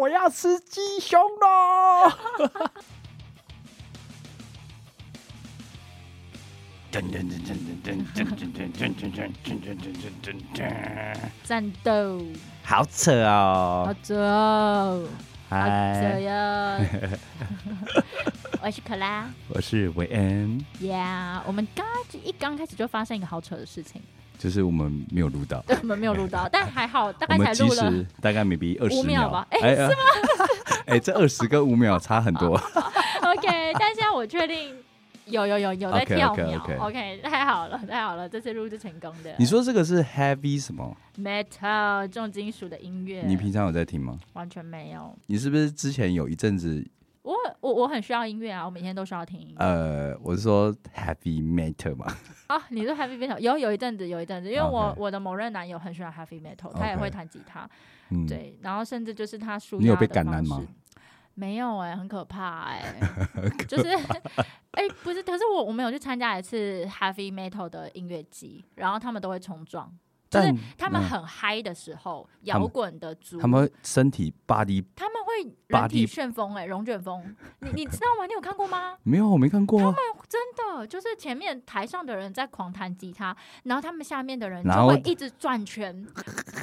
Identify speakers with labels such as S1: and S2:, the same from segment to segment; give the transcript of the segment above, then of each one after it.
S1: 我要吃鸡胸喽！
S2: 战斗，
S1: 好扯哦哎
S2: 好！走，好走
S1: 嗨，
S2: 哟！我是可拉，
S1: 我是韦恩，
S2: 呀、我们刚刚一刚开始就发生一个好扯的事情，
S3: 就是我们没有录到，
S2: 对，我们没有录到，但还好，大
S3: 我
S2: 概才
S3: 们及
S2: 录了
S3: 时大概 maybe 二
S2: 五
S3: 十
S2: 秒吧哎啊
S3: 哎、是吗？ 哎，这二十跟五秒差 很多，
S2: OK，但现在我确定有有有有在
S3: OK，OK，
S2: 跳秒
S3: OK
S2: OK，太好了，太好了，这次录制成功的。
S3: 你说这个是 heavy 什么？
S2: metal 重金属的音乐，
S3: 你平常有在听吗？
S2: 完全没有。
S3: 你是不是之前有一阵子，
S2: 我我我很需要音乐啊，我每天都需要听音乐。
S3: 呃，我是说 heavy metal 嘛？
S2: 哦，你是 heavy metal 有有一阵子，有一阵子，因为我
S3: OK
S2: 我的某任男友很喜欢 heavy metal，他也
S3: OK
S2: 会弹吉他，
S3: 嗯，，
S2: 对，然后甚至就是他舒
S3: 你有
S2: 压
S3: 被
S2: 的
S3: 感
S2: 方
S3: 染吗
S2: 式？没有哎、很可怕哎、 就是哎、不是，可是我我们有去参加一次 heavy metal 的音乐季，然后他们都会冲撞，就是
S3: 但
S2: 他们
S3: 嗯
S2: 很嗨的时候，
S3: 们
S2: 摇滚的族
S3: 他们身体 body
S2: 他们会人
S3: 把
S2: 体
S3: 地
S2: 旋风哎、龙卷风，你你知道吗？你有看过吗？
S3: 没有，我没看过啊。
S2: 真的，就是前面台上的人在狂弹吉他，然后他们下面的人就
S3: 然后
S2: 会一直转圈，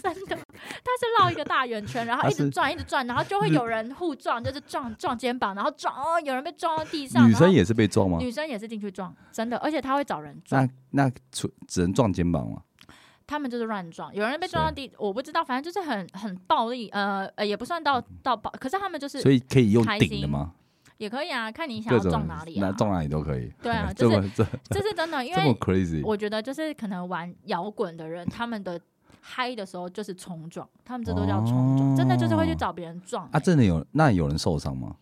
S2: 真的，他是绕一个大圆圈，然后
S3: 他
S2: 一直
S3: 是嗯
S2: 转，一直转，然后就会有人互撞，就是撞撞肩膀，然后撞哦，有人被撞到地上，
S3: 女
S2: 然
S3: 生
S2: 后
S3: 也是被撞吗？
S2: 女生也是进去撞，真的，而且他会找人撞
S3: 那，那只只能撞肩膀吗？
S2: 他们就是乱撞，有人被撞到
S3: 是
S2: 地，我不知道，反正就是很很暴力，呃呃，也不算到到暴，可是他们就是
S3: 所以可以用
S2: 开
S3: 顶的
S2: 心
S3: 吗？
S2: 也可以啊，看你想
S3: 各
S2: 要
S3: 种
S2: 撞哪里
S3: 那
S2: 啊，
S3: 撞 哪里都可以。
S2: 对 啊
S3: 这
S2: 就是
S3: 么这
S2: 这是真的，因
S3: 这么
S2: 为
S3: crazy，
S2: 我觉得就是可能玩摇滚的人，他们的嗨的时候就是冲撞，他们这都叫冲撞，
S3: 哦
S2: 真的就是会去找别人撞、
S3: 啊，真的有那有人受伤吗？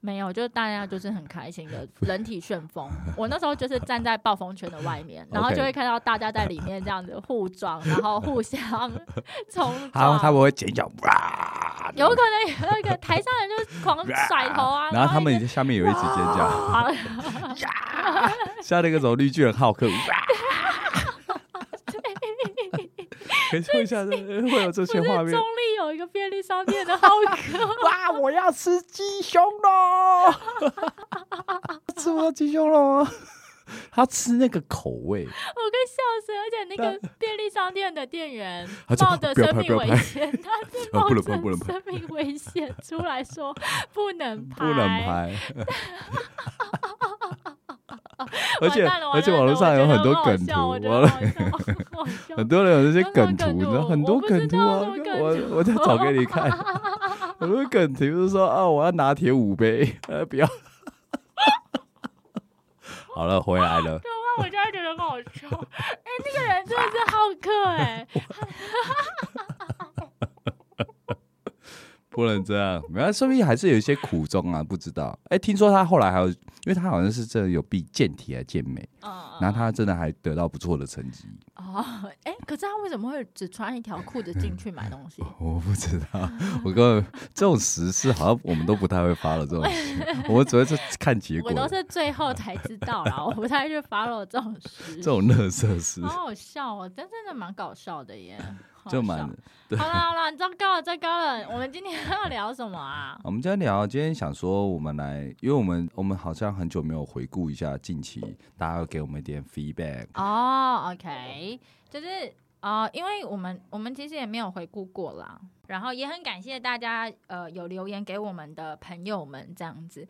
S2: 没有，就是大家就是很开心的人体旋风。我那时候就是站在暴风圈的外面，然后
S3: OK
S2: 就会看到大家在里面这样子互撞，然后互相 冲
S3: 他
S2: 撞。
S3: 他们会尖叫哇，
S2: 有可能有一个台上人就是狂甩头啊，
S3: 然后他们
S2: 一
S3: 也
S2: 直
S3: 在下面有一起尖叫，
S2: 好 了，
S3: 像那个什么绿巨人浩克，哇可是会像会有这
S2: 不是
S3: 些画
S2: 中
S3: 面，
S2: 立有一个便利商店的浩哥，
S1: 哇，我要吃鸡胸喽！
S3: 吃不到鸡胸肉吗？他吃那个口味，
S2: 我快笑死了！而且那个便利商店的店员
S3: 他就
S2: 冒着
S3: 啊不要
S2: 生
S3: 拍
S2: 命
S3: 不要
S2: 危
S3: 拍
S2: 险，他哦是
S3: 啊
S2: 冒着
S3: 不能拍不能拍
S2: 生命危险出来 说不能拍，
S3: 不能。拍。 而且
S2: 完蛋了
S3: 而且网络上有很多梗图，
S2: 我觉
S3: 网
S2: 得
S3: 络
S2: 好笑我觉得好笑
S3: 很多人有这些梗图，
S2: 有
S3: 你
S2: 什么梗图
S3: 知道很多梗图啊
S2: 我不知道有什么，梗
S3: 我
S2: 图
S3: 我再找给你 看。很多梗图就是说啊，我要拿铁五杯，呃，不要。 好了，回来了，
S2: 对啊，我真的觉得很好笑。 哎、那个人真的是好客哎、
S3: 不能这样，没关系，说不定还是有一些苦衷啊，不知道。哎、听说他后来还有，因为他好像是真的有比健体还健美，
S2: 嗯，
S3: 然后他真的还得到不错的成绩。
S2: 哦，哎、可是他为什么会只穿一条裤子进去买东 西？
S3: 我不知道，我根本这种时事好像我们都不太会发了，这种事，我们只会去看结 果
S2: 我，都是最后才知道 啦，我不太去 follow 这种事。
S3: 这种乐色事
S2: 好好笑哦，但真的蛮搞笑的耶，好
S3: 就
S2: 好
S3: 蛮
S2: 笑。好啦好啦，糟糕了糟糕了，我们今天要聊什么啊？
S3: 我们今天聊，今天想说我们来，因为我们我们好像很久没有回顾一下近期大家给我们一点 feedback，
S2: 哦、o k 就是呃，因为我们我们其实也没有回顾过啦，然后也很感谢大家呃有留言给我们的朋友们这样子，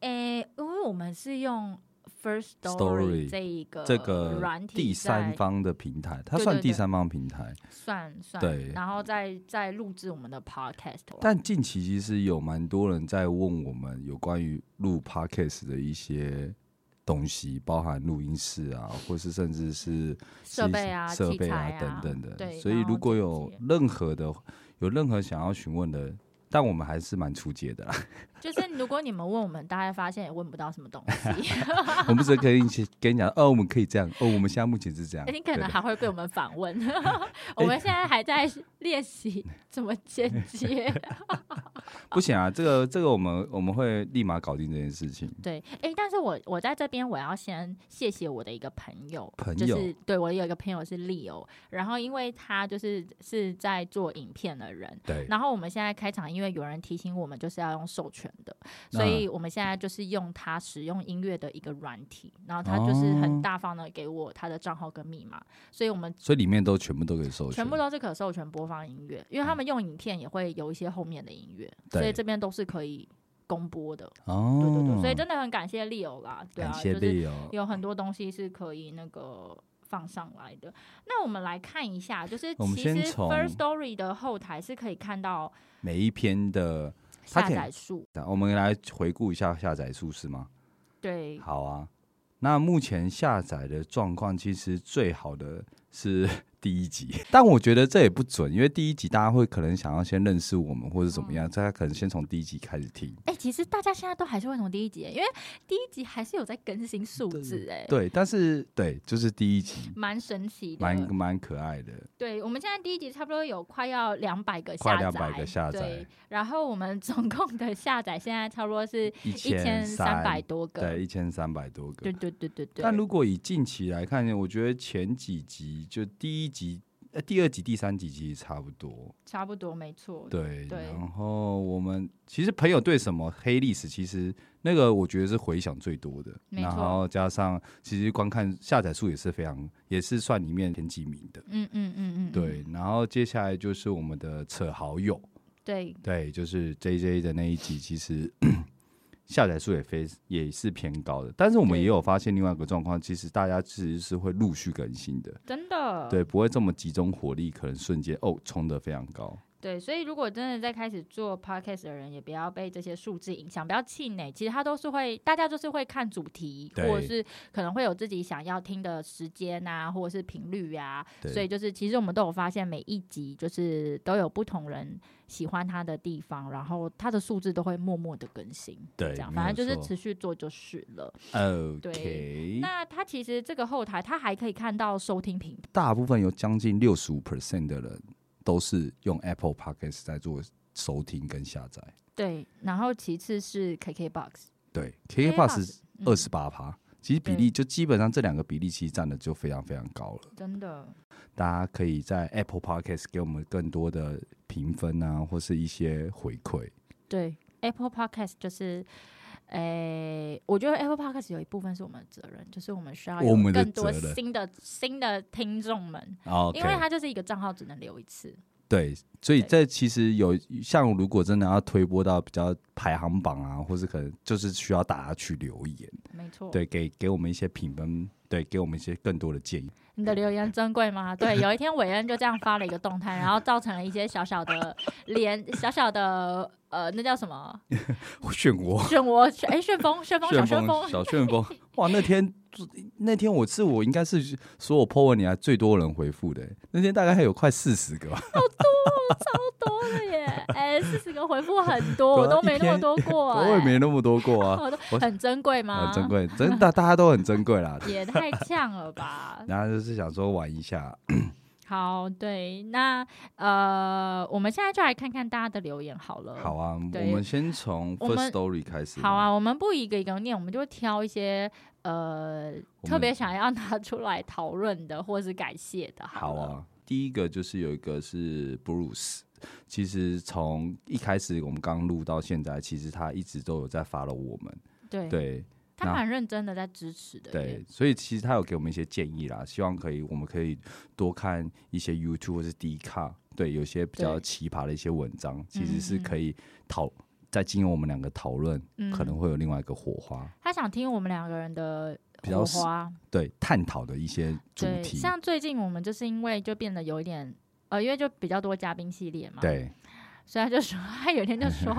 S2: 诶，因为我们是用 First Story
S3: Story，
S2: 这一个
S3: 这个
S2: 呃软体
S3: 第三
S2: 在
S3: 方的平台，它
S2: 对
S3: 算
S2: 对
S3: 第
S2: 对
S3: 三方平台，
S2: 算算，
S3: 对
S2: 然后再再录制我们的 Podcast，
S3: 但近期其实有蛮多人在问我们有关于录 podcast 的一些东西，包含录音室啊，或是甚至是
S2: 设备啊、
S3: 设
S2: 器
S3: 备
S2: 材
S3: 啊等等的。
S2: 对，
S3: 所以
S2: 然后
S3: 如果
S2: 剪
S3: 有
S2: 辑
S3: 任何的有任何想要询问的，但我们还是蛮出街的啦。
S2: 就是如果你们问我们，大家发现也问不到什么东西，
S3: 我们只可以去跟你讲，哦，我们可以这样，哦，我们现在目前是这样。
S2: 哎你可啊哦能
S3: 对
S2: 还会被我们反 问。 我们现在还在练习怎么剪接，
S3: 不行啊，这个这个我们我们会立马搞定这件事情。
S2: 对，哎，但是我我在这边我要先谢谢我的一个朋友，
S3: 朋
S2: 就
S3: 友
S2: 是对我有一个朋友是 Leo，然后因为他就是是在做影片的人，
S3: 对，
S2: 然后我们现在开场，因为有人提醒我们就是要用授权的，
S3: 嗯
S2: 所以我们现在就是用它使用音乐的一个软体，然后他就是很
S3: 哦
S2: 大方的给我他的账号跟密码，所以我们
S3: 所以里面都全部都可以授权，
S2: 全部都是可授权播放音乐，因为他们用影片也会有一些后面的音乐，所以
S3: 嗯对
S2: 这边都是可以公播的。
S3: 哦，
S2: 对对对，所以真的很感谢 Leo 啦，对啊，
S3: 感谢
S2: 就是
S3: 力哦，
S2: 有很多东西是可以那个放上来的。那我们来看一下，就是
S3: 我们
S2: 其实
S3: 先从
S2: First Story 的后台是可以看到
S3: 每一篇的，它
S2: 下
S3: 可以
S2: 载数，
S3: 我们来回顾一下下载数是吗？
S2: 对，
S3: 好啊，那目前下载的状况其实最好的是 第一集，但我觉得这也不准，因为第一集大家会可能想要先认识我们或者怎么
S2: 嗯
S3: 样，大家可能先从第一集开始听。
S2: 哎、其实大家现在都还是会从第一集耶，因为第一集还是有在更新数字，哎，
S3: 对，但是对，就是第一集
S2: 蛮神奇的。
S3: 蛮蛮可爱的，
S2: 对，我们现在第一集差不多有快要两百个
S3: 快
S2: 下载，
S3: 200个下载
S2: 对，然后我们总共的下载现在差不多是
S3: 一
S2: 一千三
S3: 三
S2: 百，多个。
S3: 对，一千三百多个
S2: 对，对对对对。
S3: 但如果以近期来看，我觉得前几集就第一集、呃第二集、第三集其实差不多。
S2: 差不多没错。
S3: 对，
S2: 对
S3: 然后我们其实朋友对什么黑历史，其实那个我觉得是回想最多的，
S2: 没错
S3: 然后加上其实观看下载数也是非常，也是算里面前几名的。
S2: 嗯嗯嗯嗯，
S3: 对，然后接下来就是我们的扯好友，
S2: 对
S3: 对，就是 J J 的那一集，其实 下载数也非也是偏高的，但是我们
S2: 对
S3: 也有发现另外一个状况，其实大家其实是会陆续更新的，
S2: 真的。
S3: 对，不会这么集中火力，可能瞬间哦冲得非常高，
S2: 对，所以如果真的在开始做 podcast 的人，也不要被这些数字影响，不要气馁。其实他都是会，大家就是会看主题，
S3: 对
S2: 或者是可能会有自己想要听的时间啊，或者是频率啊。
S3: 对
S2: 所以就是，其实我们都有发现，每一集就是都有不同人喜欢他的地方，然后他的数字都会默默的更新。
S3: 对
S2: 这样
S3: 没
S2: 反正就
S3: 有
S2: 是
S3: 错
S2: 持续做就是了。
S3: OK，
S2: 那他其实这个后台，他还可以看到收听频
S3: 大部分有将近六十五 percent 的人都是用 Apple Podcast 在做收听跟下载。
S2: 对，然后其次是 KKBox，
S3: 对
S2: KKBOX
S3: ，KK Plus
S2: 嗯
S3: 二十八趴，其实比
S2: 对
S3: 例就基本上这两个比例其实占的就非常非常高了。
S2: 真的。
S3: 大家可以在 Apple Podcast 给我们更多的评分啊，或是一些回馈。
S2: 对，Apple Podcast 就是，诶、我觉得 Apple Podcast 有一部分是我们的责任，就是我们需要有
S3: 我们的
S2: 更多
S3: 责任
S2: 新的新的听众们，
S3: 哦 OK，
S2: 因为它就是一个账号只能留一次。
S3: 对，所以
S2: 对
S3: 这其实有像如果真的要推播到比较排行榜啊，或是可能就是需要大家去留言，
S2: 没错，
S3: 对，给给我们一些评分，对，给我们一些更多的建议。
S2: 你的留言珍贵吗？对，有一天韦恩就这样发了一个动 态，然后造成了一些小小的连 小小的呃，那叫什 么
S3: 漩涡，
S2: 漩涡？旋哎，旋 风，旋风，小旋风，
S3: 小 旋风，哇！那天那天我是我应该是所有 po 文里来最多人回复的、那天大概还有快四十个吧。
S2: 多了耶！ 哎，四十个回复很多，
S3: 对
S2: 我
S3: 啊
S2: 都
S3: 一
S2: 没那么
S3: 天
S2: 多 过、
S3: 我
S2: 哎
S3: 也没那么多过啊，
S2: 我都
S3: 我
S2: 很珍贵吗？。
S3: 很珍贵，真的大家都很珍贵啦！
S2: 也太呛了吧
S3: 然后就是想说玩一下，
S2: 好，对，那呃，我们现在就来看看大家的留言好了。
S3: 好啊，我
S2: 对
S3: 们先从
S2: 我们
S3: First Story 开始。
S2: 好啊，，我们不一个一个念，我们就挑一些呃
S3: 我们
S2: 特别想要拿出来讨论的，或是感谢的好
S3: 好
S2: 了。
S3: 啊。第一个就是有一个是 Bruce，其实从一开始我们刚录到现在，其实他一直都有在 follow 我们，
S2: 对，
S3: 对，
S2: 他
S3: 那
S2: 蛮认真的在支持的。
S3: 对，，所以其实他有给我们一些建议啦，希望可以我们可以多看一些 YouTube 或是 D 卡，对，有些比较
S2: 对
S3: 奇葩的一些文章，其实
S2: 嗯
S3: 是
S2: 嗯
S3: 可以讨再经由我们两个讨论，
S2: 嗯
S3: 可能会有另外一个火花，
S2: 他想听我们两个人的
S3: 比较
S2: 火
S3: 是
S2: 花。
S3: 对，探讨的一些主
S2: 对，
S3: 题，
S2: 像最近我们就是因为就变得有一点呃，因为就比较多嘉宾系列嘛。
S3: 对，
S2: 所以他就说，他有一天就 说，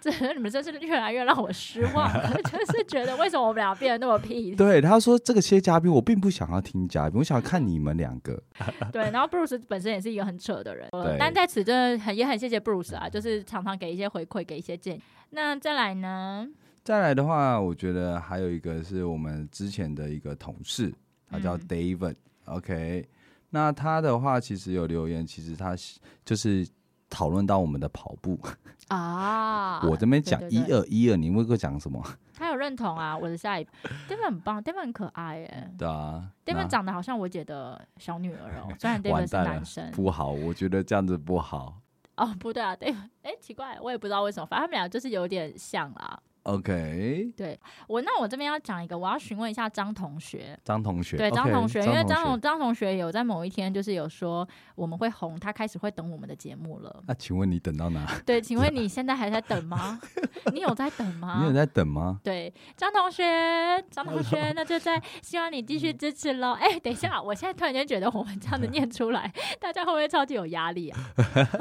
S2: 这你们真是越来越让我失望了，就是觉得为什么我们俩变得那么屁？
S3: 对，他说这个些嘉宾我并不想要听嘉宾，我想看你们两个，
S2: 对，然后 Bruce 本身也是一个很扯的人，呃
S3: 对
S2: 但在此真的很也很谢谢 Bruce 啊，就是常常给一些回馈，给一些建议。那再来呢？
S3: 再来的话，我觉得还有一个是我们之前的一个同事，他叫
S2: 嗯
S3: David、OK，那他的话其实有留言，其实他是就是。讨论到我们的跑步，
S2: 啊，
S3: 我这边讲
S2: 对
S3: 一
S2: 对对
S3: 二一二，你会讲什么？
S2: 他有认同啊，我的下一 David 很棒，David 很可爱耶
S3: 对啊，那
S2: ，David 长得好像我姐的小女儿哦，虽然
S3: 完
S2: David 是
S3: 蛋了
S2: 男生，
S3: 不好，我觉得这样子不好。
S2: 哦，不对啊，David，哎，奇怪，我也不知道为什么，反正他们俩就是有点像啦。
S3: OK，
S2: 对我，那我这边要讲一个，我要询问一下张同学。
S3: 张同学，
S2: 对
S3: OK，
S2: 张同学，因为张
S3: 张
S2: 同张同学有在某一天就是有说我们会红，他开始会等我们的节目了。
S3: 那、啊请问你等到哪？
S2: 对，请问你现在还在等吗？ 你有在等吗？
S3: 你有在等吗？
S2: 对，张同学，张同学，那就在希望你继续支持喽。哎，等一下，我现在突然间觉得我们这样子念出来，大家会不会超级有压力啊？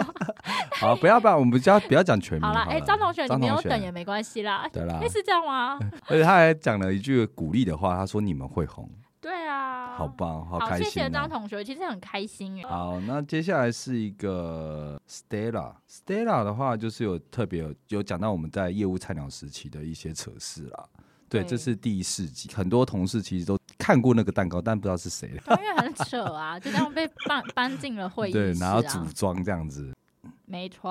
S3: 好，不要不要，我们不要不要讲全名
S2: 好
S3: 了。
S2: 啦，哎，张同学，你
S3: 张
S2: 没有
S3: 同学
S2: 等也没关系啦。
S3: 对啊啦
S2: 哎，，是这样 吗？
S3: 而且他还讲了一句鼓励的话，他说你们会红，
S2: 对啊，
S3: 好棒，好
S2: 好，
S3: 开
S2: 谢
S3: 心、
S2: 谢张
S3: 哦。
S2: 同学，其实很开心耶。
S3: 好，那接下来是一个 Stella，Stella 的话就是有特别有有讲到我们在业务菜鸟时期的一些扯事啦。对，
S2: 对
S3: 这是第四集，很多同事其实都看过那个蛋糕，但不知道是谁的。
S2: 对因为很扯啊，就这样被 搬搬进了会议
S3: 对，
S2: 室
S3: 然后组
S2: 啊，
S3: 装这样子。
S2: 没错。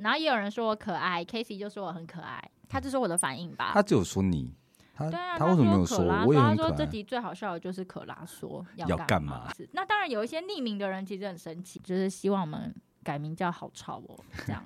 S2: 然后也有人说我可爱，Casey 就说我很可爱，他就说我的反应吧
S3: 他。只有说你，他、
S2: 啊对啊，
S3: 他为什么没有
S2: 说可拉
S3: 我也
S2: 说
S3: 很
S2: 他
S3: 可
S2: 说这
S3: 爱。
S2: 集最好笑的就是可拉说
S3: 要
S2: 干
S3: 干嘛
S2: 是那当然有一些匿名的人其实很生气，就是希望我们改名叫好吵哦，这样。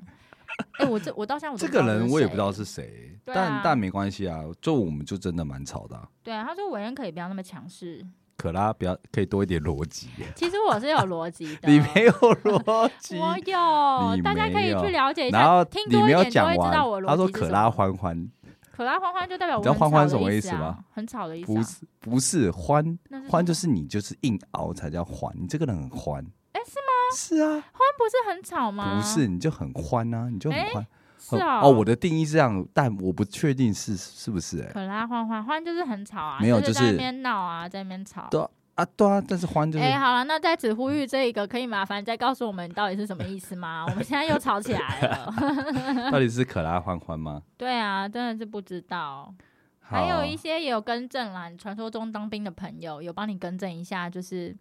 S2: 哎、我这我到现在我都
S3: 这
S2: 不知道
S3: 个人我也不知道
S2: 谁。
S3: 是谁，
S2: 对啊
S3: 但但没关系啊，就我们就真的蛮吵的啊、
S2: 对啊，他说伟恩可以不要那么强势。
S3: 可拉比较可以多一点逻 辑，
S2: 其实我是有逻辑的，
S3: 你没有逻辑。
S2: 我有，
S3: 你
S2: 大家可以
S3: 没有
S2: 去了解一
S3: 然
S2: 下，
S3: 后
S2: 听
S3: 你
S2: 多一
S3: 没有
S2: 点就会
S3: 讲
S2: 知道我
S3: 完，
S2: 的
S3: 他
S2: 逻
S3: 说
S2: 辑是
S3: 可
S2: 什
S3: 拉
S2: 么。
S3: 欢欢，
S2: 可拉欢欢就代表我
S3: 你知道
S2: 很
S3: 欢欢
S2: 吵的
S3: 什么
S2: 意
S3: 意
S2: 思
S3: 思
S2: 啊
S3: 吗？
S2: 很吵的意思、
S3: 不
S2: 啊。
S3: 是不是欢
S2: 那是什
S3: 欢
S2: 么
S3: 就是你就是硬熬才叫欢，你这个人很欢。
S2: 哎
S3: 是吗？是啊，
S2: 欢不是很吵吗？
S3: 不是你就很欢啊，你就很
S2: 哎
S3: 欢。
S2: 是
S3: 很
S2: 哦。
S3: 哦，我的定义是这样，但我不确定是是不是哎、
S2: 可拉欢欢欢就是很吵啊，
S3: 没有
S2: 就是
S3: 就
S2: 在那
S3: 是
S2: 边闹啊，在那边吵。
S3: 对啊啊，对啊，但是欢就是、
S2: 哎、好了，那在此呼吁这一个，可以麻烦再告诉我们到底是什么意思 吗？我们现在又吵起来了。
S3: 到底是可拉欢欢吗？
S2: 对啊，真的是不知道。
S3: 好
S2: 还有一些也有更正啦，你传说中当兵的朋友有帮你更正一下，就是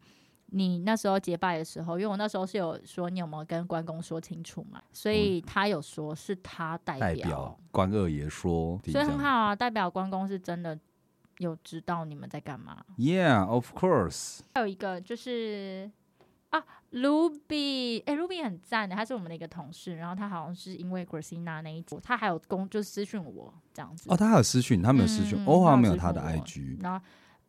S2: 你那时候结拜的时候，因为我那时候是有说你有没有跟关公说清楚嘛，所以他有说是他代
S3: 代表关二爷说，
S2: 所以很好啊，代表关公是真的有知道你们在干嘛。
S3: ，Yeah, of course。
S2: 还有一个就是啊，Ruby，哎、r u b y 很赞的，他是我们的一个同事，然后他好像是因为 Christina 那一组，他还有公就私讯我这样子，
S3: 哦，他还有私讯，他没有私讯
S2: 嗯，嗯
S3: 哦，好像没有
S2: 他有
S3: 他的
S2: 私讯我
S3: IG。
S2: 然后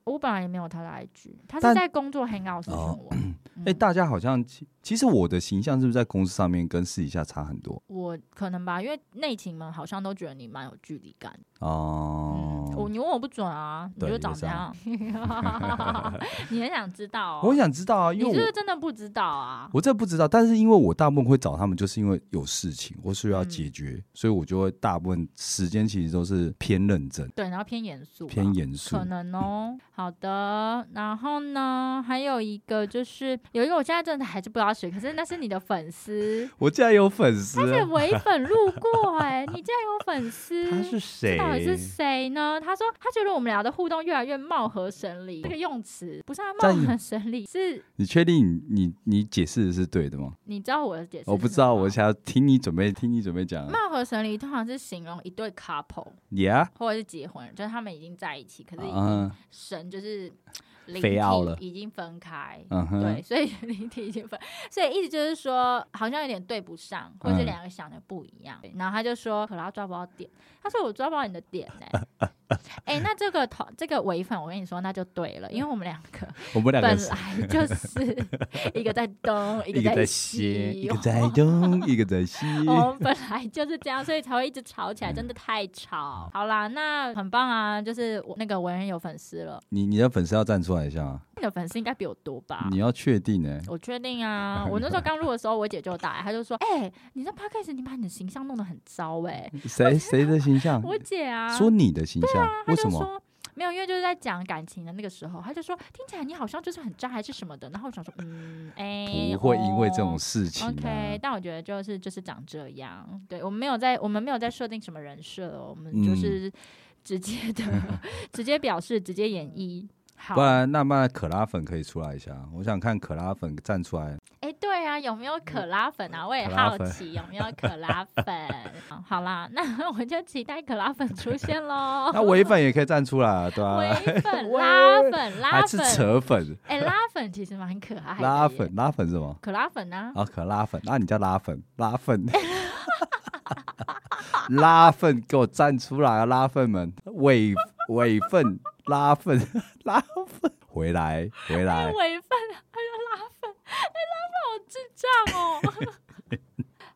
S2: 我本来也没有他的 IG，他是
S3: 但
S2: 在工作 hang out 私讯
S3: 哦
S2: 我， 嗯
S3: 哎，大家好像其其实我的形象是不是在公司上面跟私底下差很多
S2: 我可能吧，因为内勤们好像都觉得你蛮有距离感的。嗯，我
S3: 哦？
S2: 你问我不准啊，你
S3: 对
S2: 就
S3: 也
S2: 长
S3: 是
S2: 这样
S3: 啊，
S2: 你很想知道、
S3: 我
S2: 哦，
S3: 想知道啊，
S2: 你
S3: 因
S2: 是
S3: 为
S2: 不是
S3: 我
S2: 真的不知道啊？
S3: 我这不知道，但是因为我大部分会找他们，就是因为有事情或是要
S2: 嗯
S3: 解决，所以我就会大部分时间其实都是偏认真、
S2: 对，然后偏严肃吧，
S3: 偏严肃嗯
S2: 可。能哦。好的，然后呢，还有一个就是有一个我现在真的还是不知道谁，可是那是你的粉丝，
S3: 我竟然有粉丝
S2: 他
S3: 啊，
S2: 是 唯粉路过哎、你竟然有粉丝，
S3: 他是谁？
S2: 到底是谁呢？他说他觉得我们俩的互动越来越貌合神离，这个用词不是啊，貌
S3: 在
S2: 合神离是。
S3: 你确定你你你解释的是对的吗？
S2: 你知道我的解释是什么吗？
S3: 我不知道，我想要听你准备听你准备讲。
S2: 貌合神离通常是形容一对 couple
S3: Yeah，
S2: 或者是结婚，就是他们已经在一起，可是已经
S3: 嗯
S2: 神就是灵
S3: 飞
S2: 体
S3: 奥了
S2: 已经分开。
S3: 嗯哼，
S2: 对，所以 灵体已经分，所以意思就是说，好像有点对不上，或者
S3: 嗯
S2: 两个想的不一样。对然后他就说，可拉抓不到点，他说我抓不到你的点呢、哎、那这个同这个违反，我跟你说，那就对了，因为我们两个
S3: 我们两
S2: 本
S3: 个是
S2: 来就是 一个在哦东，一个
S3: 一个在
S2: 西，
S3: 西，一个在东，一个 在西。
S2: 我们本来就是这样，所以才会一直吵起来，真的太吵。好啦，那很棒啊，就是我那个文人有粉丝了，
S3: 你你的粉丝要站出来一下啊，
S2: 你的粉丝应该比我多吧
S3: 你？要确定呢。
S2: 我确定 啊，我那时候刚录的时候，我姐就打来，她就说：“哎、你这 podcast 你把你的形象弄得很糟哎、
S3: 谁谁的形象？
S2: 我姐啊，
S3: 嗯说你的形象，
S2: 她
S3: 为
S2: 就
S3: 什么？
S2: 说。没有，因为就是在讲感情的那个时候，她就说听起来你好像就是很渣还是什么的，然后我想说，嗯，哎、
S3: 不会因为这
S2: 哦
S3: 种事情
S2: OK，
S3: 啊。
S2: 但我觉得就是就是长这样。对我们没有在我们没有在设定什么人设哦，我们
S3: 嗯
S2: 就是直接的、 直接表示，直接演绎。好
S3: 不，然，那不然可拉粉可以出来一下，我想看可拉粉站出来。
S2: 哎，对啊，啊，有没有可拉粉啊？我也
S3: 嗯可拉
S2: 好
S3: 粉
S2: 奇有没有可拉粉。好啦，那我就期待可拉粉出现 喽。
S3: 那微粉也可以站出来啊，对吧、啊？
S2: 微粉、
S3: 喂
S2: 拉粉、拉
S3: 还是
S2: 粉，
S3: 扯粉、
S2: 哎、拉粉其实蛮可爱的。
S3: 拉粉、，拉粉是什么？
S2: 可拉粉 啊，
S3: 啊，可拉粉，那你叫拉粉，拉粉， 拉粉，给我站出来啊！拉粉们，尾尾粉，拉粉， 拉粉，回来，回
S2: 哎
S3: 来，
S2: 尾粉，哎呀，拉粉，哎、拉粉好 智障哦。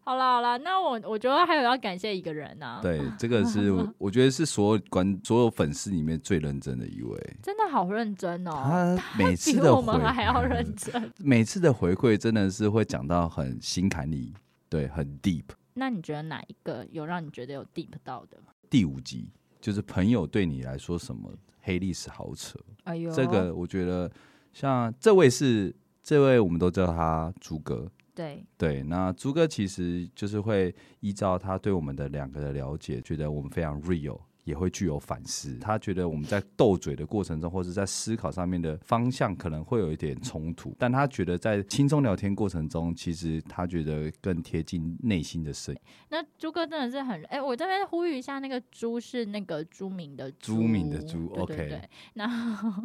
S2: 好啦好啦，那我我觉得还有要感谢一个人呢、啊，
S3: 对，这 个是我觉得是所有观所有粉丝里面最认真的一位。
S2: 真的好认真哦，
S3: 他每次
S2: 比
S3: 的
S2: 我
S3: 回
S2: 们还要认真。
S3: 每次的回馈真的是会讲到很心坎里，对，很 deep。
S2: 那你觉得哪一个有让你觉得有 deep 到的？
S3: 第五集就是朋友对你来说什么黑历史好扯，
S2: 哎呦，
S3: 这个我觉得像这位是这位，我们都叫他朱哥。
S2: 对，
S3: 对，那朱哥其实就是会依照他对我们的两个的了解，觉得我们非常 real，也会具有反思。他觉得我们在斗嘴的过程中，或是在思考上面的方向可能会有一点冲突，但他觉得在轻松聊天过程中，其实他觉得更贴近内心的声音。
S2: 那朱哥真的是很，哎、我这边呼吁一下，那个朱是那个朱明的
S3: 朱明的朱
S2: 对对
S3: OK
S2: 对。然后，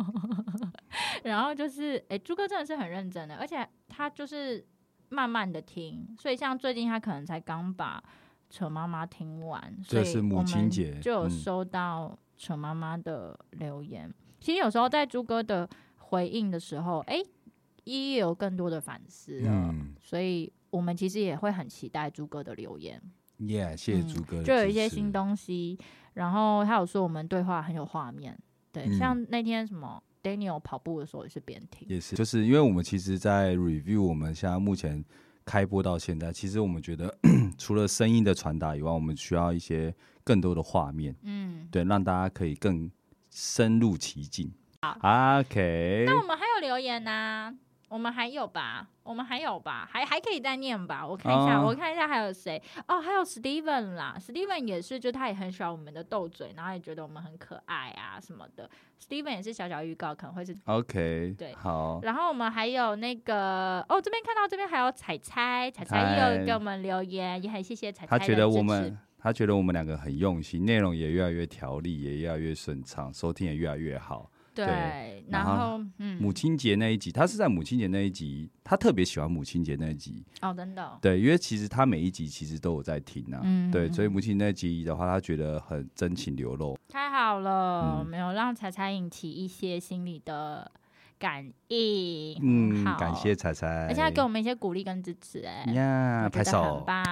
S2: 然后就是，哎、朱哥真的是很认真的，而且他就是慢慢的听，所以像最近他可能才刚把《扯妈妈》听完，所
S3: 这
S2: 以
S3: 是母亲
S2: 我们
S3: 节
S2: 就有
S3: 嗯
S2: 收到扯妈妈的留言。其实有时候在朱哥的回应的时候，哎、也有更多的反思了。
S3: 嗯
S2: 所以我们其实也会很期待朱哥的留言，
S3: ，Yeah，谢谢
S2: 嗯
S3: 朱哥、
S2: 就有一些新。东西。然后他有说我们对话很有画面，对，
S3: 嗯
S2: 像那天什么 Daniel 跑步的时候也是边听，
S3: 也是，就是因为我们其实，在 review 我们现在目前开播到现在，其实我们觉得 除了声音的传达以外，我们需要一些更多的画面，
S2: 嗯。
S3: 对，让大家可以更深入其境。OK，
S2: 那我们还有留言呐、我们还有吧，我们还有吧，还还可以再念吧。我看一下，
S3: 啊
S2: 我看一下还有谁哦，还有 Steven 啦，Steven 也是，就他也很喜欢我们的斗嘴，然后也觉得我们很可爱啊什么的。Steven 也是小小预告，可能会是
S3: OK，
S2: 对
S3: 好，
S2: 然后我们还有那个哦，这边看到这边还有彩彩，彩彩又
S3: 嗨
S2: 给我们留言，也很谢谢彩彩
S3: 他
S2: 的
S3: 觉得我
S2: 支持
S3: 们，他觉得我们两个很用心，内容也越来越条理，也越来越顺畅，收听也越来越好。
S2: 对
S3: 对，
S2: 然
S3: 然
S2: 后
S3: 后
S2: 嗯，
S3: 母亲节那一集，他是在母亲节那一集，他特别喜欢母亲节那一集，
S2: 哦，真的哦，
S3: 对，因为其实他每一集其实都有在听啊，
S2: 嗯
S3: 对，所以
S2: 嗯
S3: 母亲那集的话，他觉得很真情流露，
S2: 太好了，
S3: 嗯
S2: 没有让彩彩引起一些心里的感应，
S3: 嗯，
S2: 好
S3: 感谢，彩彩，
S2: 而且还给我们一些鼓励跟支持，哎，
S3: 呀
S2: 我觉
S3: 拍
S2: 得很
S3: 手
S2: 棒，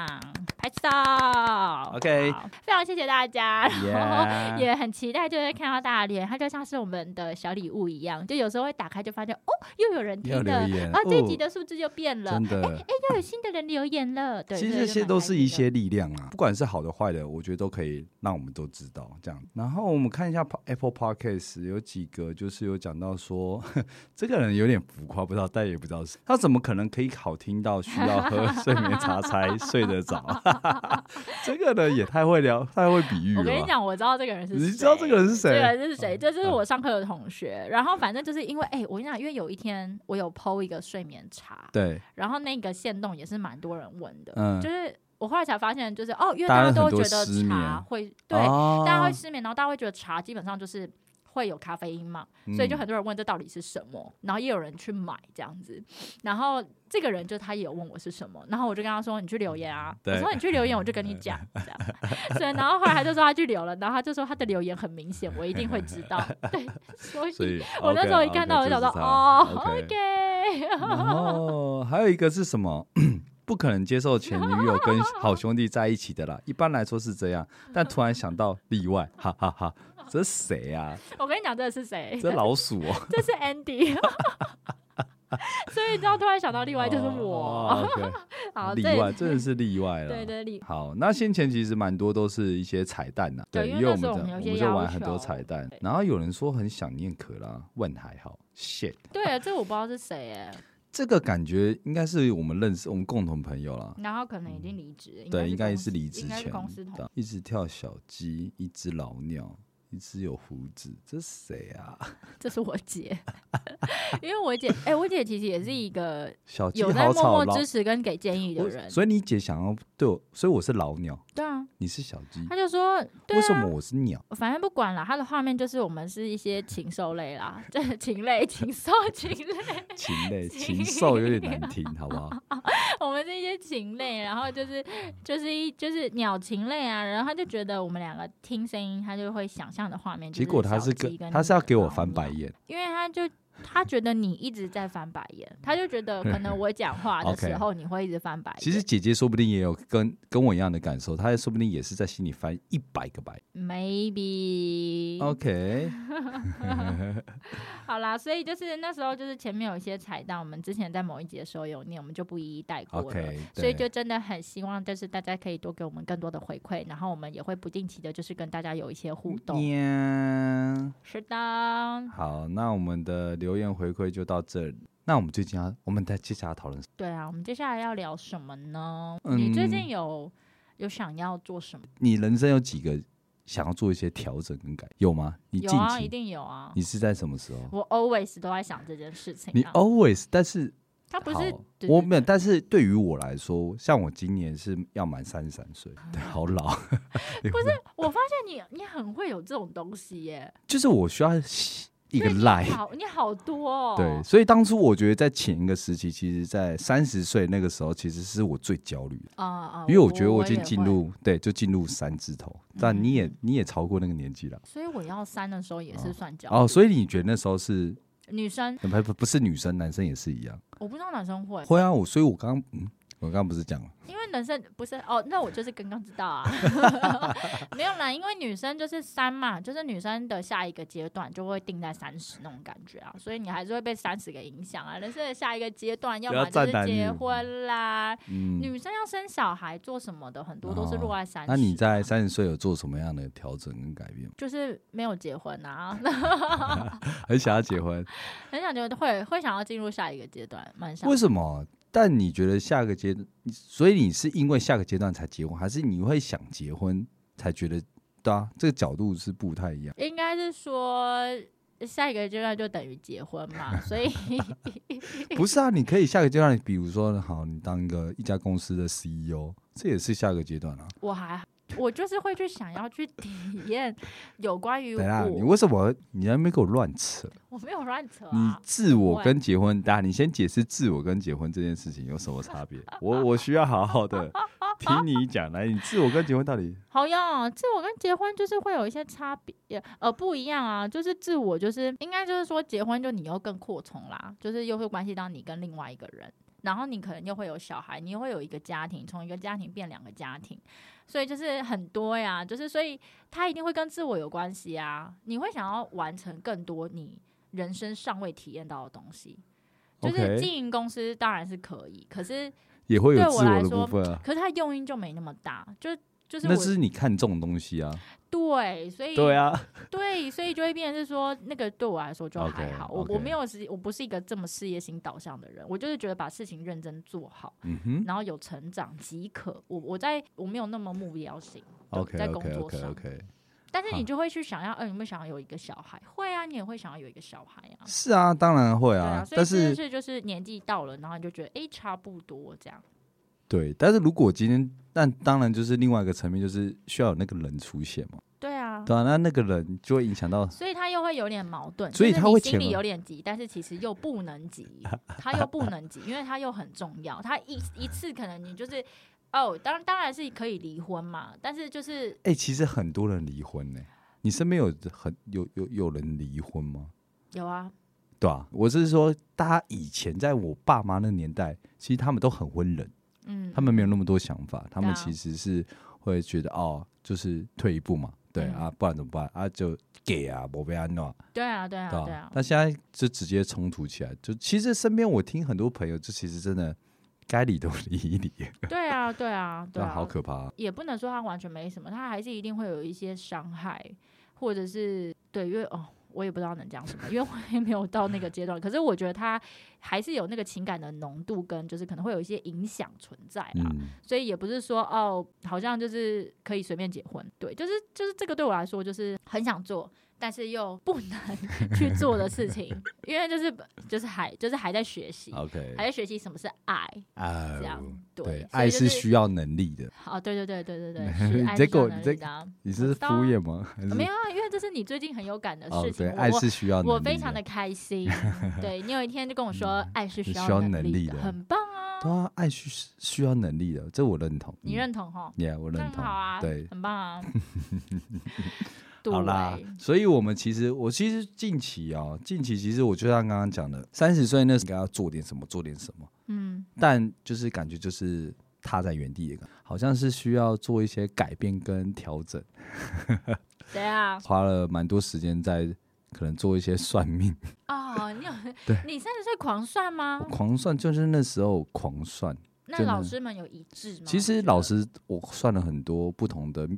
S2: 拍手
S3: OK
S2: 好非常谢谢大家，然后。
S3: 耶，
S2: 也很期待，就会看到大家留言，它就像是我们的小礼物一样，就有时候会打开就发现哦，又有人
S3: 要
S2: 听
S3: 留
S2: 了，
S3: 言
S2: 啊，这一集
S3: 哦
S2: 的数字就变了哎
S3: 真，的，
S2: 又有新的人留言了，对，
S3: 其
S2: 所
S3: 实
S2: 以
S3: 这
S2: 就
S3: 些
S2: 蛮
S3: 都
S2: 开
S3: 是
S2: 心的
S3: 一些力量啊，不管是好的坏的，我觉得都可以让我们都知道这样。然后我们看一下 Po- Apple Podcast 有几个，就是有讲到说， 这个人有点浮夸，不知道但也不知道是他怎么可能可以好听到需要喝睡眠茶才睡得着， 这个人也太会聊，太会比喻
S2: 我跟你
S3: 了吧。
S2: 讲，我知道这个人是谁，
S3: 哦你知道这个人是
S2: 这个
S3: 谁？嗯
S2: 人是谁？这就是我上课的同学。然后反正就是因为，哎、我跟你讲，因为有一天我有剖一个睡眠茶，
S3: 对，
S2: 然后那个线动也是蛮多人问的，
S3: 嗯
S2: 就是我后来才发现，就是哦，因为
S3: 大
S2: 大
S3: 家
S2: 家都
S3: 很
S2: 觉
S3: 多
S2: 得
S3: 失
S2: 茶
S3: 眠
S2: 会对，
S3: 哦
S2: 大家会失眠，然后大家会觉得茶基本上就是会有咖啡因嘛，所以就
S3: 嗯
S2: 很多人问这到底是什么，然后也有人去买这样子，然后这个人就他也有问我是什么，然后我就跟他说你去留言啊，我
S3: 嗯对嗯
S2: 说你去留言我就跟你讲这样，所以然后后来他就说他去留了，然后他就说他的留言很明显，我一定会知 道，对，所以
S3: 所以
S2: 我那时候一看到我就想说哦，OK，
S3: 哦，还有一个是什么？ 不可能接受前女友跟好兄弟在一 起的啦，一般来说是这样，但突然想到例外， 哈哈哈这谁啊？
S2: 我跟你讲这是谁？
S3: 这老鼠 哦！
S2: 这是 Andy，所以你知道突然想到例外就是我，
S3: 哦，OK，
S2: 好，
S3: 例
S2: 这
S3: 外真的是例外了。
S2: 对对例
S3: 好，那先前其实蛮多都是一些彩蛋呐、
S2: 对
S3: 对，
S2: 因
S3: 因
S2: 为
S3: 为
S2: 那
S3: 我
S2: 时
S3: 们
S2: 候
S3: 这
S2: 我们有一些
S3: 们就玩
S2: 要
S3: 很多
S2: 求
S3: 彩蛋
S2: 对，
S3: 然后有人说很想念可拉，问还好，shit，
S2: 对，啊这我不知道是谁哎，
S3: 这个感觉应该是我们认识我们共同朋友啦，
S2: 然后可能已经离职，
S3: 嗯对，应该
S2: 公
S3: 是
S2: 司
S3: 离职
S2: 应该是
S3: 前啊
S2: 公司同
S3: 的。一只跳小鸡，一只老鸟，一只有胡子，这谁啊？
S2: 这是我姐， 因为我姐，哎、我姐其实也是一 个
S3: 小鸡
S2: 有在
S3: 好吵
S2: 默默
S3: 闹
S2: 支。持跟给建议的
S3: 我
S2: 人。
S3: 所以你姐想要对我，所以我是老鸟，
S2: 对啊，
S3: 你是小鸡，
S2: 她就说，对
S3: 为什
S2: 啊
S3: 么，我是鸟？
S2: 反正不管了，她的画面就是我们是一些禽兽类啦，这禽类、禽兽、禽类，
S3: 禽类、
S2: 禽
S3: 禽兽有点难听，好不好？
S2: 我们是一些禽类，然后就是就是一就是鸟禽类啊，然后她就觉得我们两个听声音，她就会想象的画 面就是小鸡
S3: 结果
S2: 跟。
S3: 他是跟他是要给我翻白眼，
S2: 因为他就他觉得你一直在翻白眼，他就觉得可 能我讲话的
S3: OK
S2: 时候你会一直翻白眼。
S3: 其实姐姐说不定也有跟跟我一样的感受，她说不定也是在心里翻一百个白。
S2: maybe
S3: 哦 OK，
S2: 好啦，所以就是那时候就是前面有一些彩蛋，我们之前在某一集的时候有念，我们就不一一带过了。
S3: OK，
S2: 所以
S3: 对
S2: 就真的很希望，就是大家可以多给我们更多的回馈，然后我们也会不定期的，就是跟大家有一些
S3: 嗯
S2: 互动。
S3: 呀
S2: 是的，
S3: 好，那我们的留言回馈就到这里。那我们最近要，我们再接下来讨论。
S2: 对啊，我们接下来要聊什么呢？
S3: 嗯
S2: 你最近有有想要做什么？
S3: 你人生有几个想要做一些调整跟改，有吗？你近
S2: 有啊，一
S3: 期
S2: 定有啊。
S3: 你是在什么时候？
S2: 我 always 都在想这件事情、啊。
S3: 你 always，但是
S2: 他不是
S3: 好
S2: 对
S3: 我
S2: 对
S3: 没有，但是对于我来说，像我今年是要满三十三 岁，对，好老。不是，
S2: 我发现你你很会有这种东西耶，
S3: 就是我需要一个
S2: 对你
S3: lie。
S2: 好你好多哦，
S3: 对，，所以当初我觉得在前一个时期，其实，在三十岁那个时候，其实是我最焦虑的，
S2: 啊啊，
S3: 因为我觉得
S2: 我
S3: 我已经
S2: 也
S3: 进
S2: 会，嗯
S3: 入对，就进入三字头，但你也你也超过那个年纪了。
S2: 所以我要删的时候也是算焦
S3: 哦，
S2: 虑
S3: 所以你觉得那时候是呃
S2: 女生
S3: 不不不是女生，男生也是一样？
S2: 我不知道男生会，
S3: 会啊，我所以我刚嗯，我刚刚不是讲了，
S2: 因为男生不是哦，那我就是刚刚知道啊， 没有啦，因为女生就是三嘛，就是女生的下一个阶段就会定在三十那种感觉啊，所以你还是会被三十给影响啊，人生的下一个阶段，要
S3: 不要
S2: 么就
S3: 站男
S2: 是结
S3: 女
S2: 婚啦，
S3: 嗯，哦
S2: 女生要生小孩做什么的，很多都是落在三十、
S3: 那你在三十岁有做什么样的调整跟改变吗？
S2: 就是没有结婚啊，
S3: 很想要结婚，
S2: 很想就会会想要进入下一个阶段，蛮想
S3: 为。什么？但你觉得下个阶，所以你是因为下个阶段才结婚，还是你会想结婚才觉得？对啊，这个角度是不太一样。
S2: 应该是说下一个阶段就等于结婚嘛，所 以
S3: 不是啊，你可以下个阶段，比如说，好，你当一个一家公司的 CEO，这也是下个阶段啊。
S2: 我还我就是会去想要去体验有关于
S3: 等一下，你
S2: 我，
S3: 为什么你在那边给我乱扯？
S2: 我没有乱扯
S3: 你
S2: 啊。
S3: 自我跟结婚，大家你先解释自我跟结婚这件事情有什么差别？我我需要好好的听你讲，来，你自我跟结婚到底
S2: 好呀，自我跟结婚就是会有一些差别，呃，不一样啊。就是自我就是应该就是说结婚就你又更扩充啦，就是又会关系到你跟另外一个人。然后你可能又会有小孩，你又会有一个家庭，从一个家庭变两个家庭，所以就是很多呀，就是所以它一定会跟自我有关系啊。你会想要完成更多你人生尚未体验到的东西，就是
S3: OK
S2: 经营公司当然是可以，可是
S3: 也会有
S2: 对我
S3: 自
S2: 来
S3: 我的
S2: 说
S3: 部分啊？
S2: 可是它用意就没那么大，就就是
S3: 那
S2: 我
S3: 是你看中的东西啊。
S2: 对，所以
S3: 对啊，
S2: 对，所以就会变成是说，那个对我来说就还好。我我
S3: OK，OK
S2: 没有是，我不是一个这么事业心导向的人，我就是觉得把事情认真做好，
S3: 嗯哼
S2: 然后有成长即可。我我在我没有那么目标型对
S3: ，OK
S2: 在工
S3: OK
S2: 作
S3: OK
S2: 上，
S3: OK，
S2: 但是你
S3: 好
S2: 就会去想要，嗯、你会想要有一个小孩，会啊，你也会想要有一个小孩啊。
S3: 是啊，当然会
S2: 对
S3: 啊
S2: 啊，，所以
S3: 但
S2: 是
S3: 是
S2: 是就是年纪到了，然后你就觉得哎、诶差不多这样。
S3: 对，但是如果今天，那当然就是另外一个层面，就是需要有那个人出现嘛，
S2: 对啊，
S3: 对啊，那那个人就会影响到，
S2: 所以他又会有点矛盾，
S3: 所以
S2: 就是
S3: 他
S2: 你
S3: 会
S2: 心
S3: 前
S2: 里
S3: 额
S2: 有点急，但是其实又不能 急，他又不能急，因为他又很重要。他一一次可能你就是哦，当当然是可以离婚嘛，但是就是
S3: 哎、其实很多人离婚呢、你身边有很有有有人离婚吗？
S2: 有啊，
S3: 对啊，我是说，大家以前在我爸妈那年代，其实他们都很温柔，
S2: 嗯，
S3: 他们没有那么多想法，他们
S2: 对啊
S3: 其实是会觉得哦，就是退一步嘛，对、
S2: 啊嗯
S3: 啊，不然怎么办啊？就给啊，我被安诺，
S2: 对啊，对
S3: 对
S2: 啊，对
S3: 吧
S2: 啊？，
S3: 那现在就直接冲突起来，就其实身边我听很多朋友，就其实真的该理都理一理，
S2: 对啊，对啊，对
S3: 那
S2: 啊
S3: 好，可怕啊。
S2: 也不能说他完全没什么，他还是一定会有一些伤害，或者是对，因为哦，我也不知道能讲什么，因为我也没有到那个阶段。可是我觉得他还是有那个情感的浓度跟就是可能会有一些影响存在啦。
S3: 嗯，
S2: 所以也不是说哦，好像就是可以随便结婚，对，就是就是这个对我来说就是很想做，但是又不能 去做的事情，因为就是就是还就是还在学习，
S3: OK，
S2: 还在学习什么是爱，
S3: 啊
S2: 这样对，所以
S3: 对，爱
S2: 就是
S3: 需要能力的。
S2: 哦，对对对对对对，
S3: 你
S2: 是爱
S3: 这
S2: 是
S3: 个
S2: 这
S3: 你
S2: 能
S3: 这
S2: 力的啊、
S3: 你是
S2: 知
S3: 敷
S2: 道啊
S3: 衍吗？还是
S2: 没有啊，因为这是你最近很有感的
S3: 嗯哦，
S2: 事情，
S3: 对，
S2: 我
S3: 爱是需要能力嗯
S2: 我非常的开 心。对你有一天就跟我说，爱是需
S3: 需要
S2: 能
S3: 能力
S2: 的，
S3: 的
S2: 很棒啊，
S3: 对啊，爱需需要能力的，这我认同。嗯
S2: 你认同哈？
S3: ？Yeah，我
S2: 这
S3: 认
S2: 样
S3: 同。
S2: 好啊，
S3: 对，
S2: 很棒 啊。
S3: 好啦
S2: 对，
S3: 所以我们其实，我其实近期啊、近期其实我就像刚刚讲的，三十岁那时候应该要做点什么，做点什么，
S2: 嗯，
S3: 但就是感觉就是踏在原地也，好像是需要做一些改变跟调整，
S2: 对啊，
S3: 花了蛮多时间在可能做一些算命，
S2: 哦，你有
S3: 对，
S2: 你三十岁狂算吗
S3: 我？狂算，就是那时候狂算。
S2: 那
S3: 真的
S2: 老师们有一致吗？
S3: 其
S2: 我
S3: 实
S2: 觉
S3: 老
S2: 得
S3: 师我算了很多不同的，什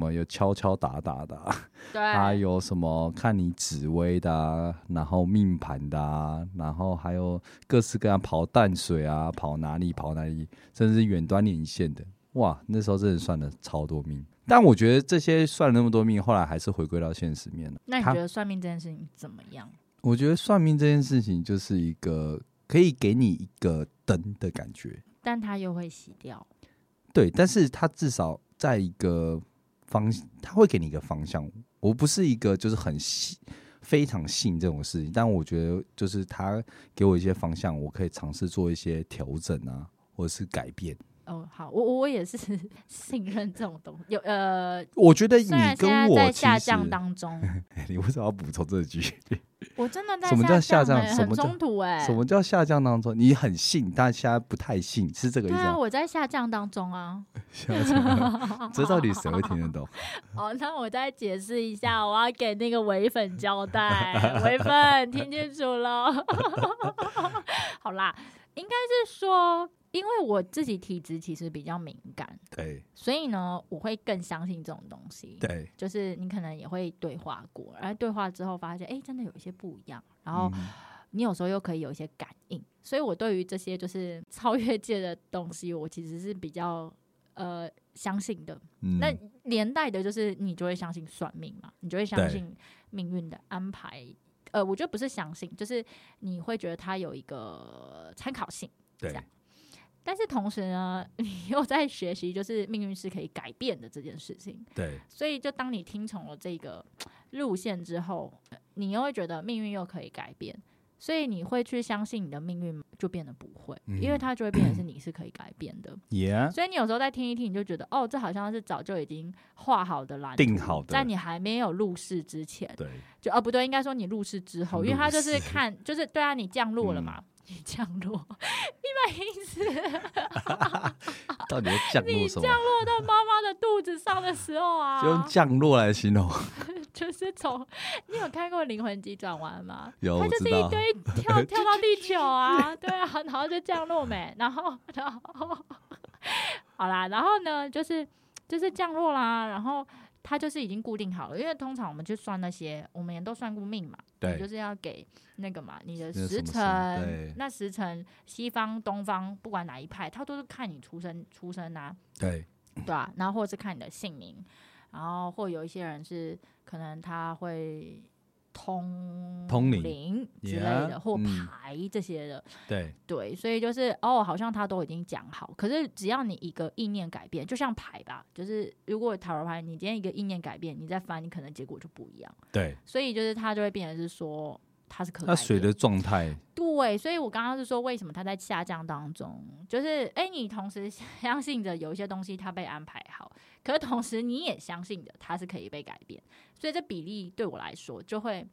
S3: 么有敲敲打打的啊、
S2: 对，
S3: 还有什么看你紫薇的、啊，然后命盘的、啊，然后还有各式各样跑淡水啊，跑哪里跑哪里，甚至远端连线的。哇，那时候真的算了超多命，但我觉得这些算了那么多命，后来还是回归到现实面了。
S2: 那你
S3: 他
S2: 觉得算命这件事情怎么样？
S3: 我觉得算命这件事情就是一个可以给你一个灯的感觉，
S2: 但它又会洗掉，
S3: 对，但是它至少在一个方，它会给你一个方向。我不是一个就是很信、非常信这种事情，但我觉得就是它给我一些方向，我可以尝试做一些调整啊，或者是改变。
S2: 哦，好，我我我也是 信任这种东有呃，
S3: 我觉得你
S2: 虽然现
S3: 跟
S2: 在
S3: 我
S2: 在
S3: 其
S2: 下
S3: 实
S2: 降当中，
S3: 你为什么要补充这 句？
S2: 我真的在
S3: 什么叫
S2: 下
S3: 下降
S2: 欸
S3: 什
S2: 很
S3: 么叫
S2: 冲突哎、
S3: 什么叫下降当中？你很信，但现在不太信，是这个意
S2: 对
S3: 思
S2: 啊，
S3: 吗？
S2: 我在下降当中啊。
S3: 下 降，这到底谁会听得懂？
S2: 哦，那我再解释一下，我要给那个唯粉交 代，唯粉听清楚了。好啦，应该是说，因为我自己体质其实比较敏感，
S3: 对
S2: 所以呢，我会更相信这种东西。
S3: 对，
S2: 就是你可能也会对话过，而对话之后发现，哎、真的有一些不一样，然后
S3: 嗯
S2: 你有时候又可以有一些感应，所以我对于这些就是超越界的东西，我其实是比较呃相信的。
S3: 嗯
S2: 那连带的就是你就会相信算命嘛，你就会相
S3: 对
S2: 信命运的安排。呃，我觉得不是相信，就是你会觉得它有一个参考性，
S3: 对
S2: 样但是同时呢，你又在学习就是命运是可以改变的这件事情。
S3: 对
S2: 所以，就当你听从了这个路线之后，呃你又会觉得命运又可以改变，所以你会去相信你的命运就变得不会，因为
S3: 嗯
S2: 它就会变成是你是可以改变的。
S3: ，Yeah，
S2: 所以你有时候再听一听，你就觉得哦，这好像是早就已经画好的蓝图，
S3: 定好的
S2: 在你还没有入世之前，
S3: 对。
S2: 就哦不对，应该说你入世之后，因为
S3: 入
S2: 它就是
S3: 世嗯
S2: 看，就是对啊，你降落了嘛。你降落，
S3: 到底在降落什么？
S2: 落到妈妈的肚子上的时候啊，
S3: 就用降落来形容。
S2: 就是从你有看过《灵魂急转弯》吗？
S3: 有
S2: 它
S3: 哦我
S2: 就
S3: 知
S2: 是一
S3: 道
S2: 堆跳跳到地球啊，对啊，然后就降落没，然后然后好啦，然后呢就是就是降落啦，然后它就是已经固定好了，因为通常我们去算那些，我们也都算过命嘛，你就
S3: 对
S2: 是要给那个嘛你的
S3: 那
S2: 时
S3: 什么
S2: 辰
S3: 神对，
S2: 那时辰西方东方不管哪一派，它都是看你出生出生啊，
S3: 对
S2: 对啊，然后或者是看你的姓名，然后或有一些人是可能他会通
S3: 通灵
S2: 之类的
S3: Yeah，
S2: 或
S3: 嗯
S2: 牌这些的，
S3: 对
S2: 对，所以就是哦，好像他都已经讲好，可是只要你一个意念改变，就像牌吧，就是如果塔罗牌，你今天一个意念改变，你再翻，你可能结果就不一样，
S3: 对，
S2: 所以就是它就会变成是说它是可
S3: 那
S2: 改
S3: 水
S2: 变
S3: 的状态，
S2: 对，所以我刚刚是说，为什么它在下降当中，就是哎，你同时 相信着有一些东西它被安排好，可是同时你也相信着它是可以被改变，所以这比例对我来说就会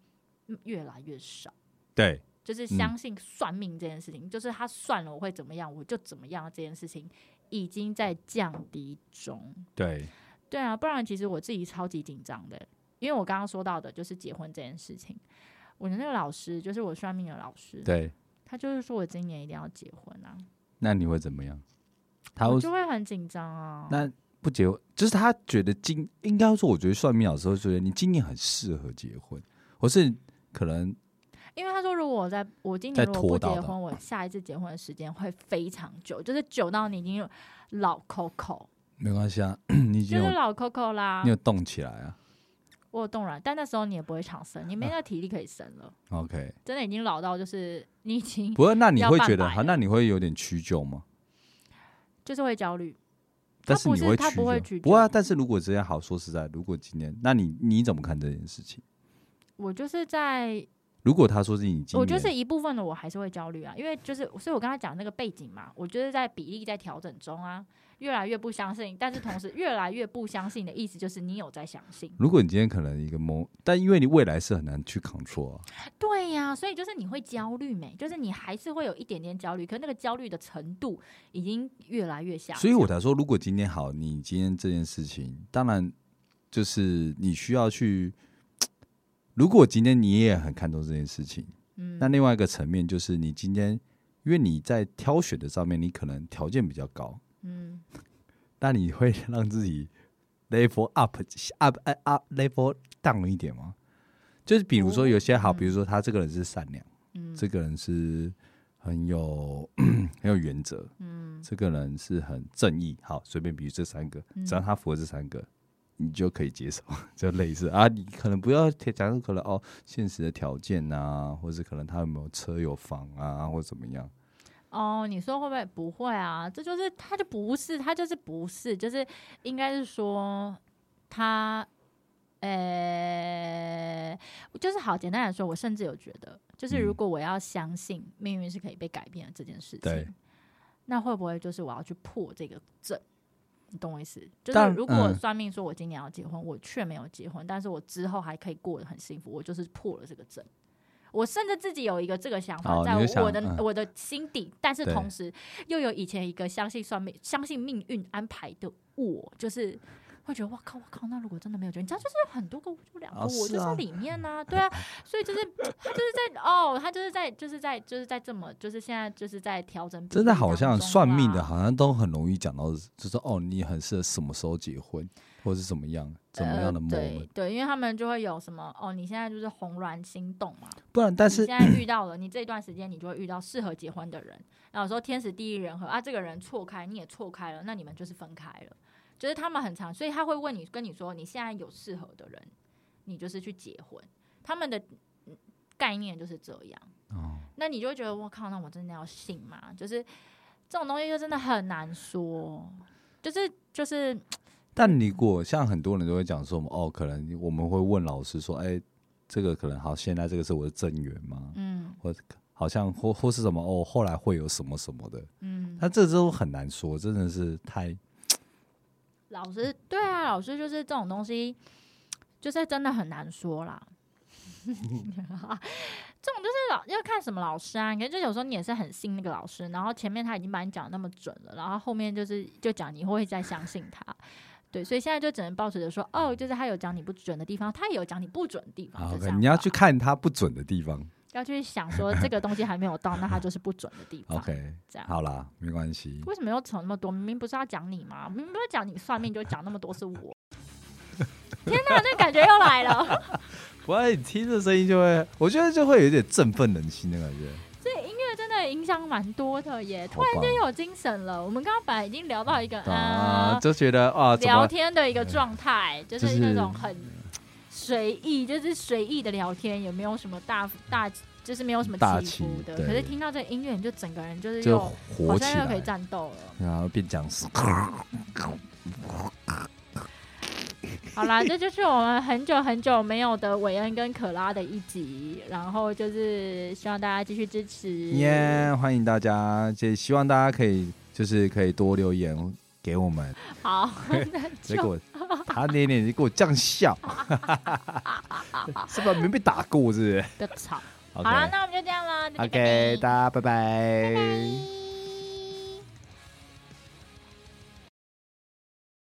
S2: 嗯越来越少。
S3: 对
S2: 就是相信算命这件事情，就是他算了我会怎么样，我就怎么样这件事情已经在降低中。
S3: 对
S2: 对啊，不然其实我自己超级紧张的，因为我刚刚说到的就是结婚这件事情，我的那个老师就是我算命的老师，
S3: 对。
S2: 他就是说我今年一定要结婚啊，
S3: 那你会怎么样？他
S2: 我
S3: 会
S2: 就会很紧张啊。
S3: 那不结婚，就是他觉得今应该说，我觉得算命老师会觉得你今年很适合结婚，或是可能
S2: 因为他说如果我在我今年
S3: 再
S2: 如果不
S3: 拖到
S2: 结
S3: 的
S2: 婚，我下一次结婚的时间会非常久，就是久到你已经有老 Coco，
S3: 没关系啊， 你已经
S2: 就
S3: 有
S2: 是老 Coco 啦
S3: 你。有动起来啊
S2: 我有冻卵，但那时候你也不会想生，
S3: 嗯
S2: 你没那体力可以生了，
S3: ，OK。
S2: 真的已经老到就是你已经
S3: 不过那你
S2: 要
S3: 会
S2: 半
S3: 觉得
S2: 百
S3: 好，
S2: 了
S3: 那你会有点屈就吗？
S2: 就是会焦虑。
S3: 但
S2: 不
S3: 你
S2: 是
S3: 会
S2: 他
S3: 屈
S2: 不会
S3: 就
S2: 屈
S3: 不会啊。
S2: 就
S3: 但是如果这样好，说实在，如果今天，那你你怎么看这件事情？
S2: 我就是在
S3: 如果他说是你今
S2: 我就
S3: 年
S2: 是一部分的我还是会焦虑啊，因为就是所以我刚才讲那个背景嘛，我就是在比例在调整中啊，越来越不相信，但是同时越来越不相信的意思就是你有在相信。
S3: 如果你今天可能一个某，但因为你未来是很难去 control 啊，
S2: 对呀、所以就是你会焦虑没？就是你还是会有一点点焦虑，可那个焦虑的程度已经越来越下降。
S3: 所以我才说，如果今天好，你今天这件事情，当然就是你需要去。如果今天你也很看重这件事情，
S2: 嗯
S3: 那另外一个层面就是你今天，因为你在挑选的上面，你可能条件比较高，
S2: 嗯，
S3: 那你会让自己 level up up up, up level down 一点吗？就是比如说有些好，
S2: 嗯
S3: 比如说他这个人是善良，
S2: 嗯
S3: 这个人是很有 很有原则，
S2: 嗯
S3: 这个人是很正义。好，随便比喻这三个，只要他符合这三个，你就可以接受， 就类似啊。你可能不要假设可能哦，现实的条件啊，或是可能他有没有车有房啊，或怎么样。
S2: 哦，你说会不会？不会啊，这就是他就不是，他就是不是，就是应该是说他，呃，就是好简单来说，我甚至有觉得，就是如
S3: 嗯
S2: 果我要相信命运是可以被改变的这件事情，
S3: 对
S2: 那会不会就是我要去破这个阵？你懂我意思？就
S3: 当
S2: 是
S3: 然
S2: 如果
S3: 嗯
S2: 算命说我今年要结婚，我却没有结婚，但是我之后还可以过得很幸福，我就是破了这个阵。我甚至自己有一个这个想法，
S3: 哦
S2: 在
S3: 你就想
S2: 我的、
S3: 嗯
S2: 我的心底，但是
S3: 对
S2: 同时又有以前一个相信算命、相信命运安排的我，就是会觉得哇靠哇靠，那如果真的没有结婚，你知道，就是有很多个我就两个
S3: 啊
S2: 我
S3: 是
S2: 就
S3: 啊
S2: 在里面呐、对 啊，所以就是他就是在哦，他就是在就是在就是在这么就是现在就是在调整比例当中啦，啊
S3: 真的好像算命的，好像都很容易讲到，就是哦，你很适合什么时候结婚，或是怎么样，怎么样的
S2: 呃
S3: moment。
S2: 对对，因为他们就会有什么哦，你现在就是红鸾心动嘛，
S3: 不然，但是
S2: 你现在遇到了，你这一段时间你就会遇到适合结婚的人，然后说天时地利人和啊，这个人错开，你也错开了，那你们就是分开了，就是他们很长，所以他会问你跟你说你现在有适合的人，你就是去结婚，他们的嗯概念就是这样。
S3: 哦，
S2: 那你就会觉得我靠，那我真的要信吗？就是这种东西就真的很难说，就是就是
S3: 但如果像很多人都会讲说，哦，可能我们会问老师说，哎，这个可能好，现在这个是我的正缘吗？
S2: 嗯
S3: 或好像或或是什么哦，后来会有什么什么的，
S2: 嗯，
S3: 那这都很难说，真的是太
S2: 老师对啊，老师就是这种东西，就是真的很难说 啦。这种就是老要看什么老师啊，你看，就有时候你也是很信那个老师，然后前面他已经把你讲得那么准了，然后后面就是就讲你会再相信他，对，所以现在就只能抱持着说，哦，就是他有讲你不准的地方，他也有讲你不准的地方
S3: 啊
S2: 的想
S3: OK，
S2: 法。
S3: 你要去看他不准的地方。
S2: 要去想说这个东西还没有到，那它就是不准的地方。
S3: OK，
S2: 这样
S3: 好啦，没关系。
S2: 为什么要扯那么多？明明不是要讲你吗？明明不是讲你算命，就讲那么多是我。 天哪，这感觉又来了！
S3: 不然你听这声音就会，我觉得就会有点振奋人心的感觉。
S2: 这音乐真的影响蛮多的耶，突
S3: 好
S2: 然
S3: 棒
S2: 间又有精神了。我们刚刚本来已经聊到一个
S3: 啊，
S2: 呃
S3: 就觉得啊，怎
S2: 聊
S3: 么嗯
S2: 天的一个状态，就
S3: 就是
S2: 是那种很随意，就是随意的聊天，也没有什么大大，就是没有什么
S3: 大
S2: 起伏
S3: 起
S2: 的。
S3: 对
S2: 可是听到这音乐，你就整个人就是
S3: 就
S2: 又
S3: 火
S2: 好
S3: 起
S2: 像又可以
S3: 来，
S2: 战斗了。
S3: 然后变僵尸。
S2: 好啦，这就是我们很久很久没有的韦恩跟可拉的一集，然后就是希望大家继续支持。
S3: 耶！欢迎大家，也希望大家可以就是可以多留言给我们。
S2: 好， 那
S3: 结
S2: 就
S3: 果他那脸就给我这 样笑，是不是没被打过？是不是
S2: 不要吵。好啦，
S3: ？OK
S2: 那我们就这样啦。大家拜
S3: OK，
S2: 拜
S3: 大家拜拜
S2: 拜